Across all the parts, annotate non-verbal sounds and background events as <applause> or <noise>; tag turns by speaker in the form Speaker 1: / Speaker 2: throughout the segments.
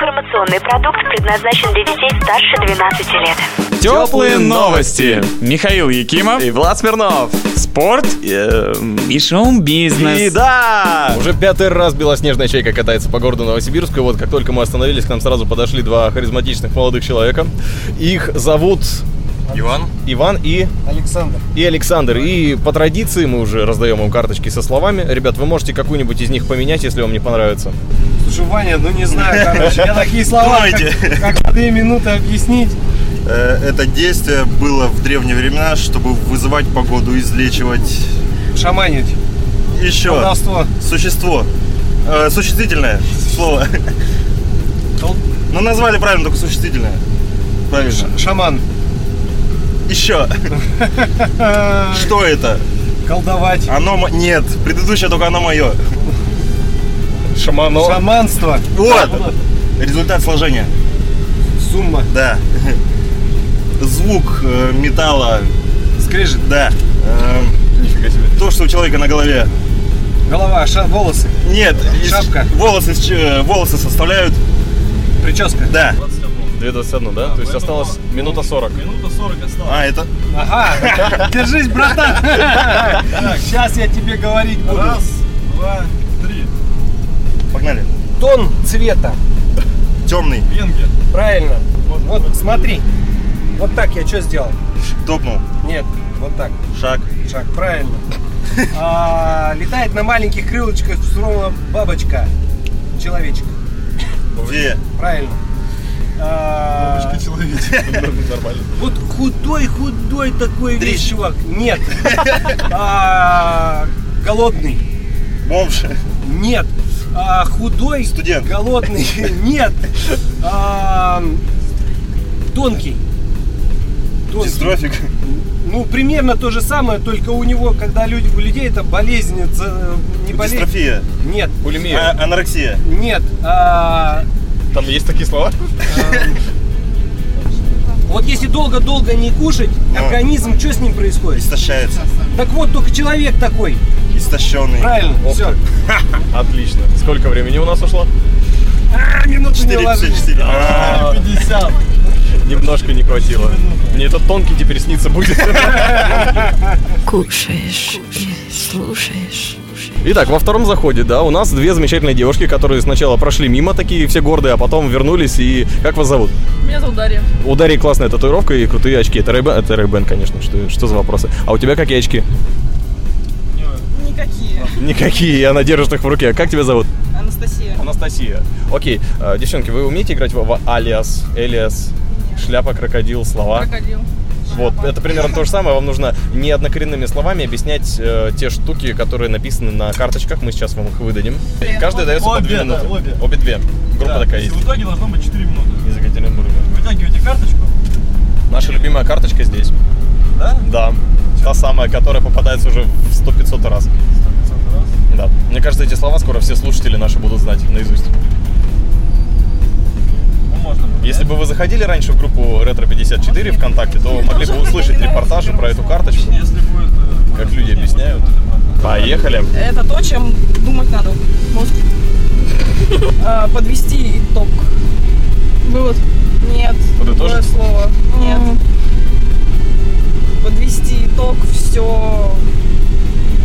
Speaker 1: Информационный продукт предназначен для детей старше 12 лет.
Speaker 2: Теплые новости. Михаил Якимов,
Speaker 3: И Влад Смирнов.
Speaker 2: спорт
Speaker 3: И, эм,
Speaker 2: и шоу-бизнес.
Speaker 3: и да!
Speaker 4: Уже пятый раз белоснежная чайка катается по городу Новосибирску. И вот как только мы остановились, к нам сразу подошли два харизматичных молодых человека. Их зовут
Speaker 5: Иван?
Speaker 4: Иван и...
Speaker 5: Александр.
Speaker 4: и Александр. И по традиции мы уже раздаем им карточки со словами. Ребят, вы можете какую-нибудь из них поменять, если вам не понравится.
Speaker 5: Слушай, Ваня, ну не знаю, короче, я такие слова, как- как за две минуты объяснить.
Speaker 6: Э, Это действие было в древние времена, чтобы вызывать погоду, излечивать
Speaker 5: Шаманить,
Speaker 6: еще
Speaker 5: колдовство.
Speaker 6: существо. Э, Существительное слово.
Speaker 5: Кол-
Speaker 6: Ну, назвали правильно, только существительное. Правильно.
Speaker 5: Шаман,
Speaker 6: Еще. Что это?
Speaker 5: колдовать,
Speaker 6: Оно... мо- Нет, предыдущее только оно мое.
Speaker 4: Шамано.
Speaker 5: шаманство,
Speaker 6: Вот. Результат сложения.
Speaker 5: сумма,
Speaker 6: Да. Звук э, металла.
Speaker 5: скрежет,
Speaker 6: Да. Эм,
Speaker 4: Нифига себе.
Speaker 6: То, что у человека на голове.
Speaker 5: голова, ша- волосы,
Speaker 6: Нет, из-
Speaker 5: Шапка.
Speaker 6: волосы, с ч- э, волосы составляют.
Speaker 5: прическа.
Speaker 6: Да.
Speaker 4: 2.21, да? То есть осталось минута 40.
Speaker 6: А, это
Speaker 5: Ага, держись, братан. Сейчас я тебе говорить буду.
Speaker 6: Погнали.
Speaker 5: Тон цвета.
Speaker 6: Темный.
Speaker 5: Правильно. Вот, смотри. Вот так я что сделал?
Speaker 6: Топнул.
Speaker 5: Нет, вот так.
Speaker 6: Шаг.
Speaker 5: Шаг, правильно. А, летает на маленьких крылышках суровая бабочка. Человечек,
Speaker 6: Где?
Speaker 5: правильно. А,
Speaker 4: Нормально.
Speaker 5: вот худой-худой такой весь чувак. Нет. А, голодный.
Speaker 6: Бомж.
Speaker 5: Нет. А, худой.
Speaker 6: Студент.
Speaker 5: Голодный. Нет. А, тонкий. Тонкий.
Speaker 6: Дистрофик.
Speaker 5: Ну, примерно то же самое, только у него, когда люди, у людей это болезнь, это не болезнь.
Speaker 6: Дистрофия.
Speaker 5: Нет,
Speaker 4: Булимия.
Speaker 6: А- анорексия.
Speaker 5: нет. а,
Speaker 4: Там есть такие слова?
Speaker 5: вот если долго-долго не кушать,
Speaker 6: Ну.
Speaker 5: организм, что с ним происходит?
Speaker 6: Истощается.
Speaker 5: Так вот, только человек такой.
Speaker 6: Истощенный.
Speaker 5: Правильно,
Speaker 4: Ох
Speaker 5: все.
Speaker 4: Отлично. Сколько времени у нас ушло?
Speaker 5: Минуту не
Speaker 6: 454. А,
Speaker 5: 50.
Speaker 4: Немножко не хватило. Мне этот тонкий теперь снится будет.
Speaker 7: Кушаешь, и слушаешь.
Speaker 4: <laughs> Итак, во втором заходе, да, у нас две замечательные девушки, которые сначала прошли мимо такие все гордые, а потом вернулись и... Как вас зовут?
Speaker 8: Меня зовут Дарья.
Speaker 4: У Дарьи классная татуировка и крутые очки. Это Рэйбен, это Ray-Ban, конечно, что, что за вопросы? А у тебя
Speaker 8: <laughs>
Speaker 4: какие очки?
Speaker 8: Никакие.
Speaker 4: Никакие, и она держит их в руке. Как тебя зовут?
Speaker 8: Анастасия.
Speaker 4: Анастасия. Окей, э, девчонки, вы умеете играть в, в алиас, элиас, шляпа, крокодил, слова?
Speaker 8: Крокодил.
Speaker 4: Вот, это примерно то же самое. Вам нужно не однокоренными словами объяснять э, те штуки, которые написаны на карточках. Мы сейчас вам их выдадим. И каждая дается по две минуты. Обе. две. Группа такая есть. В итоге должно быть 4 минуты. Из Екатеринбурга. Вытягивайте карточку. Наша любимая карточка здесь. Да? Да. Та самая, которая попадается уже в 100-500 раз. 100-500 раз? Да. Мне кажется, эти слова скоро все слушатели наши будут знать наизусть. ну, Если бы вы заходили раньше в группу Ретро 54 ВКонтакте, то могли бы услышать репортажи про эту карточку. Как люди объясняют. Поехали.
Speaker 8: Это то, чем думать надо.
Speaker 4: <laughs>
Speaker 8: Мозг. А, Подвести итог. Вывод. Нет.
Speaker 4: Подытожить?
Speaker 8: Другое слово.
Speaker 4: А.
Speaker 8: Нет. Подвести итог все.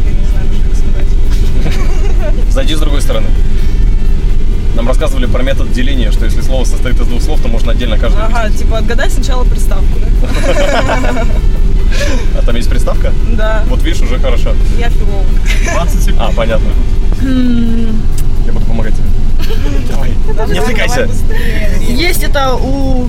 Speaker 8: Я не знаю даже, как сказать.
Speaker 4: Зайди с другой стороны. Нам рассказывали про метод деления, что если слово состоит из двух слов, то можно отдельно каждое
Speaker 8: Ага,
Speaker 4: объяснить.
Speaker 8: типа отгадай сначала приставку, да?
Speaker 4: А там есть приставка?
Speaker 8: Да.
Speaker 4: Вот видишь, уже хорошо.
Speaker 8: Я филолог.
Speaker 4: А, понятно. Я буду помогать тебе. Давай. Не отвлекайся.
Speaker 9: Есть это у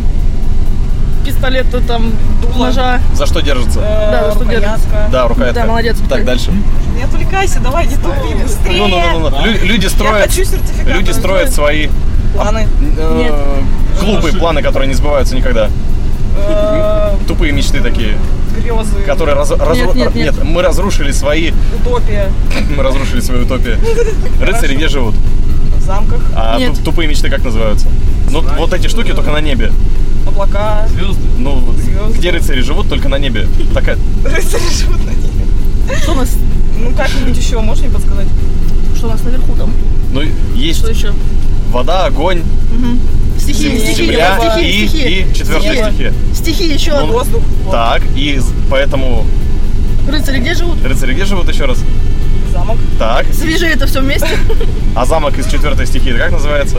Speaker 9: пистолета там ножа.
Speaker 4: За что держится?
Speaker 9: Да,
Speaker 8: Да,
Speaker 9: что делать?
Speaker 8: Э,
Speaker 4: Да, рука
Speaker 9: Да,
Speaker 4: это.
Speaker 9: молодец.
Speaker 4: Так, дальше.
Speaker 8: Не отвлекайся, давай, не тупи быстрее.
Speaker 4: Ну, ну, ну, ну, ну. Лю- Люди
Speaker 8: Я
Speaker 4: строят.
Speaker 8: хочу сертификат.
Speaker 4: Люди
Speaker 8: Раздуй.
Speaker 4: строят свои
Speaker 8: планы.
Speaker 4: э, клубы, планы, которые не сбываются никогда.
Speaker 8: Э,
Speaker 4: Тупые мечты такие,
Speaker 8: Грезы.
Speaker 4: которые раз- разру-
Speaker 9: нет,
Speaker 4: р-
Speaker 9: нет.
Speaker 4: мы разрушили свои, <laughs>
Speaker 8: Утопия.
Speaker 4: мы разрушили свою утопию. Рыцари где живут?
Speaker 8: В замках.
Speaker 4: А
Speaker 9: Нет.
Speaker 4: туп- тупые мечты как называются? Ну вот эти штуки только на небе.
Speaker 8: Облака.
Speaker 4: Ну вот
Speaker 8: Звезды.
Speaker 4: где рыцари живут только на небе. Такая
Speaker 8: Рыцари живут на них.
Speaker 9: Что у нас?
Speaker 8: Ну как-нибудь еще, можешь мне подсказать?
Speaker 9: Что у нас наверху там?
Speaker 4: ну есть
Speaker 9: Что еще?
Speaker 4: вода, огонь,
Speaker 9: Все стихи, стихи,
Speaker 4: Земля
Speaker 9: стихи,
Speaker 4: и,
Speaker 9: стихи.
Speaker 4: и четвертая
Speaker 9: Стихи.
Speaker 4: стихия.
Speaker 9: Стихи еще.
Speaker 4: Ну,
Speaker 8: Воздух.
Speaker 4: Так, и з- поэтому Ну.
Speaker 9: Рыцари где живут?
Speaker 4: рыцари где живут еще раз?
Speaker 8: Замок.
Speaker 4: Так,
Speaker 9: Свяжи это все вместе.
Speaker 4: а замок из четвертой стихии как называется?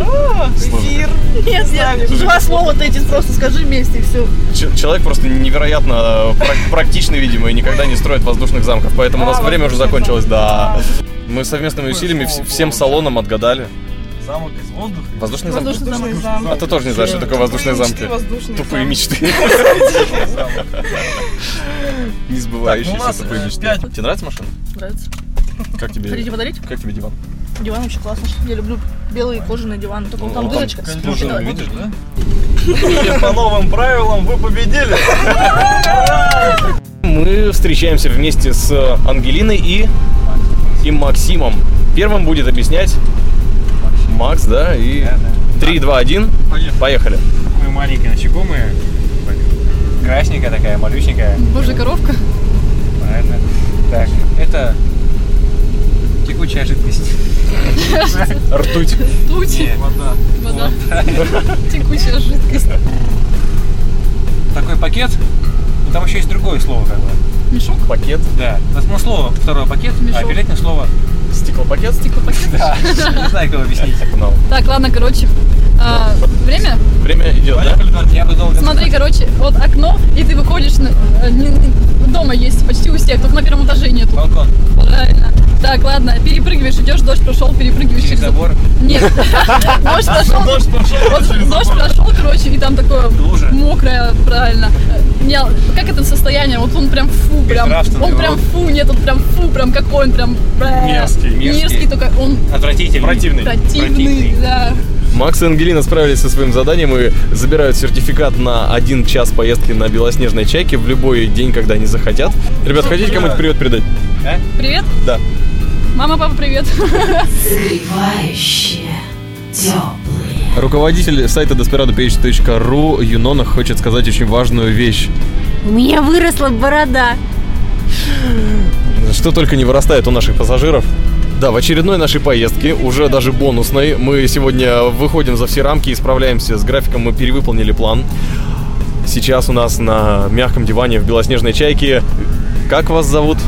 Speaker 5: А,
Speaker 8: Эфир.
Speaker 9: Нет, нет.
Speaker 4: <laughs>
Speaker 9: Два слова-то эти просто скажи вместе и все.
Speaker 4: Ч- человек просто невероятно э, прак- практичный, видимо, и никогда не строит воздушных замков. Поэтому у нас
Speaker 8: А,
Speaker 4: время уже
Speaker 8: воздушный
Speaker 4: закончилось,
Speaker 8: замок.
Speaker 4: да. Мы совместными усилиями вс- всем салонам отгадали.
Speaker 5: Замок из воздуха.
Speaker 4: Воздушные замки?
Speaker 9: Воздушный замок.
Speaker 4: А ты тоже не знаешь, что такое воздушные замки. Тупые мечты. Не
Speaker 5: Так, ну, у нас,
Speaker 4: сбывающиеся тупые
Speaker 5: э,
Speaker 4: мечты.
Speaker 5: пять.
Speaker 4: Тебе нравится машина?
Speaker 9: Нравится.
Speaker 4: Как тебе?
Speaker 9: Хотите подарить?
Speaker 4: Как тебе диван?
Speaker 9: Диван вообще классный. Я люблю белые кожаные диваны.
Speaker 4: Ну,
Speaker 9: Только вот там
Speaker 4: а там
Speaker 9: дырочка.
Speaker 4: контюшина,
Speaker 9: Давай.
Speaker 4: видишь, да?
Speaker 5: По новым правилам вы победили.
Speaker 4: Мы встречаемся вместе с Ангелиной и, и Максимом. Первым будет объяснять Макс, да, и 3, 2, 1, поехали.
Speaker 5: Э, Мы маленькие, на чеку мы. Красненькая такая, малюсенькая.
Speaker 9: Божья коровка.
Speaker 5: Правильно. Так, это текучая жидкость.
Speaker 8: <laughs>
Speaker 4: Ртуть.
Speaker 9: Тут
Speaker 5: Вода.
Speaker 4: <laughs>
Speaker 9: вода. Текучая Типа, жидкость.
Speaker 5: Такой пакет. Ну, Там еще есть другое слово, как бы.
Speaker 9: Мешок.
Speaker 4: Пакет.
Speaker 5: Да. Ну, слово, второе пакет, а
Speaker 9: Мешок.
Speaker 5: билетное
Speaker 8: <laughs>
Speaker 5: слово.
Speaker 4: Стеклопакет.
Speaker 9: Стеклопакет.
Speaker 5: Да. Не знаю, как объяснить.
Speaker 4: Погнал.
Speaker 9: Так, ладно, короче. а, Время?
Speaker 4: Время идет, да?
Speaker 5: Я бы долго...
Speaker 9: Смотри, короче, вот окно, и ты выходишь, на- э, не- не- дома есть почти у всех, только на первом этаже нету.
Speaker 5: Балкон.
Speaker 9: Правильно. Так, ладно, перепрыгиваешь, идешь, дождь прошел, перепрыгиваешь
Speaker 5: Через забор.
Speaker 9: Нет, <laughs> дождь прошел. Дождь прошел. Дождь прошел, короче, и там такое
Speaker 5: Лужа.
Speaker 9: мокрое, правильно. Э, Я, как это состояние? Вот он прям фу, прям.
Speaker 5: Безнравственный,
Speaker 9: Он прям фу, нет, он прям фу, прям какой он прям. бэ.
Speaker 4: Мерзкий.
Speaker 9: Мерзкий, только он
Speaker 5: Отвратительный.
Speaker 4: Противный.
Speaker 9: противный, да.
Speaker 4: Макс и Ангелина справились со своим заданием и забирают сертификат на один час поездки на белоснежной чайке в любой день, когда они захотят. Ребят, хотите кому-нибудь привет передать?
Speaker 9: Привет.
Speaker 4: Да.
Speaker 9: Мама, папа, привет. <laughs>
Speaker 7: Согревающее, теплое.
Speaker 4: Руководитель сайта desperadopage.ru Юнона хочет сказать очень важную вещь.
Speaker 1: У меня выросла борода.
Speaker 4: Что только не вырастает у наших пассажиров. Да, в очередной нашей поездке, уже даже бонусной, мы сегодня выходим за все рамки и справляемся с графиком, мы перевыполнили план. Сейчас у нас на мягком диване в белоснежной чайке. Как вас зовут?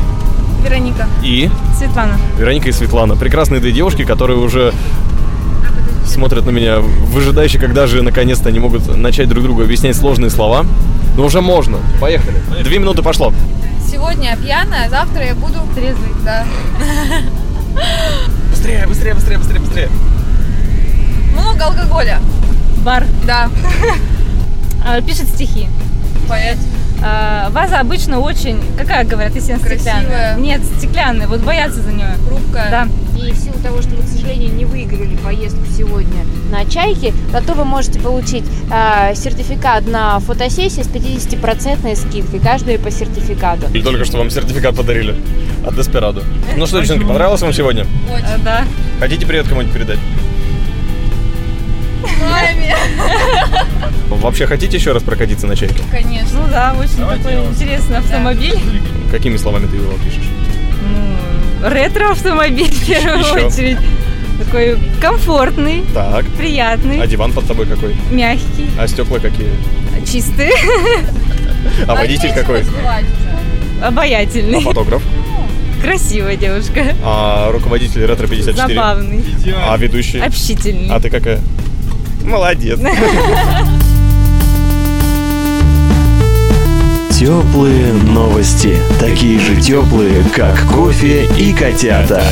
Speaker 8: Вероника.
Speaker 4: И
Speaker 8: Светлана.
Speaker 4: Вероника и Светлана. Прекрасные две девушки, которые уже смотрят на меня выжидающие, когда же наконец-то они могут начать друг другу объяснять сложные слова. Но уже можно. Поехали. Две минуты пошло.
Speaker 8: Сегодня я пьяная, завтра я буду трезвый, да. Быстрее, быстрее, быстрее, быстрее, быстрее. Много алкоголя.
Speaker 10: Бар
Speaker 8: Да.
Speaker 10: а, пишет стихи.
Speaker 8: Поэт.
Speaker 10: А, ваза обычно очень, какая говорят, если она
Speaker 8: Красивая.
Speaker 10: стеклянная? Нет, стеклянная, вот боятся за нее.
Speaker 8: Хрупкая.
Speaker 10: Да.
Speaker 11: И в силу того, что вы, к сожалению, не выиграли поездку сегодня на «Чайке», зато вы можете получить э, сертификат на фотосессию с 50% скидкой, каждая по сертификату.
Speaker 4: И только что вам сертификат подарили от Деспирадо. Ну что, девчонки, понравилось вам сегодня?
Speaker 10: А, да.
Speaker 4: Хотите привет кому-нибудь передать? Вообще хотите еще раз прокатиться на чайке?
Speaker 10: Ну да, очень такой интересный автомобиль.
Speaker 4: Какими словами ты его пишешь?
Speaker 10: Ну, ретро-автомобиль в первую
Speaker 4: Еще.
Speaker 10: очередь. Такой комфортный,
Speaker 4: Так.
Speaker 10: приятный,
Speaker 4: А диван под тобой какой?
Speaker 10: мягкий,
Speaker 4: А стекла какие?
Speaker 10: чистый, <laughs>
Speaker 4: А водитель какой? А
Speaker 10: обаятельный,
Speaker 4: Фотограф.
Speaker 10: красивая девушка,
Speaker 4: А руководитель ретро 54.
Speaker 10: забавный,
Speaker 4: А ведущий?
Speaker 10: общительный.
Speaker 4: А ты какая? Молодец.
Speaker 3: Теплые новости. Такие же теплые, как кофе и котята.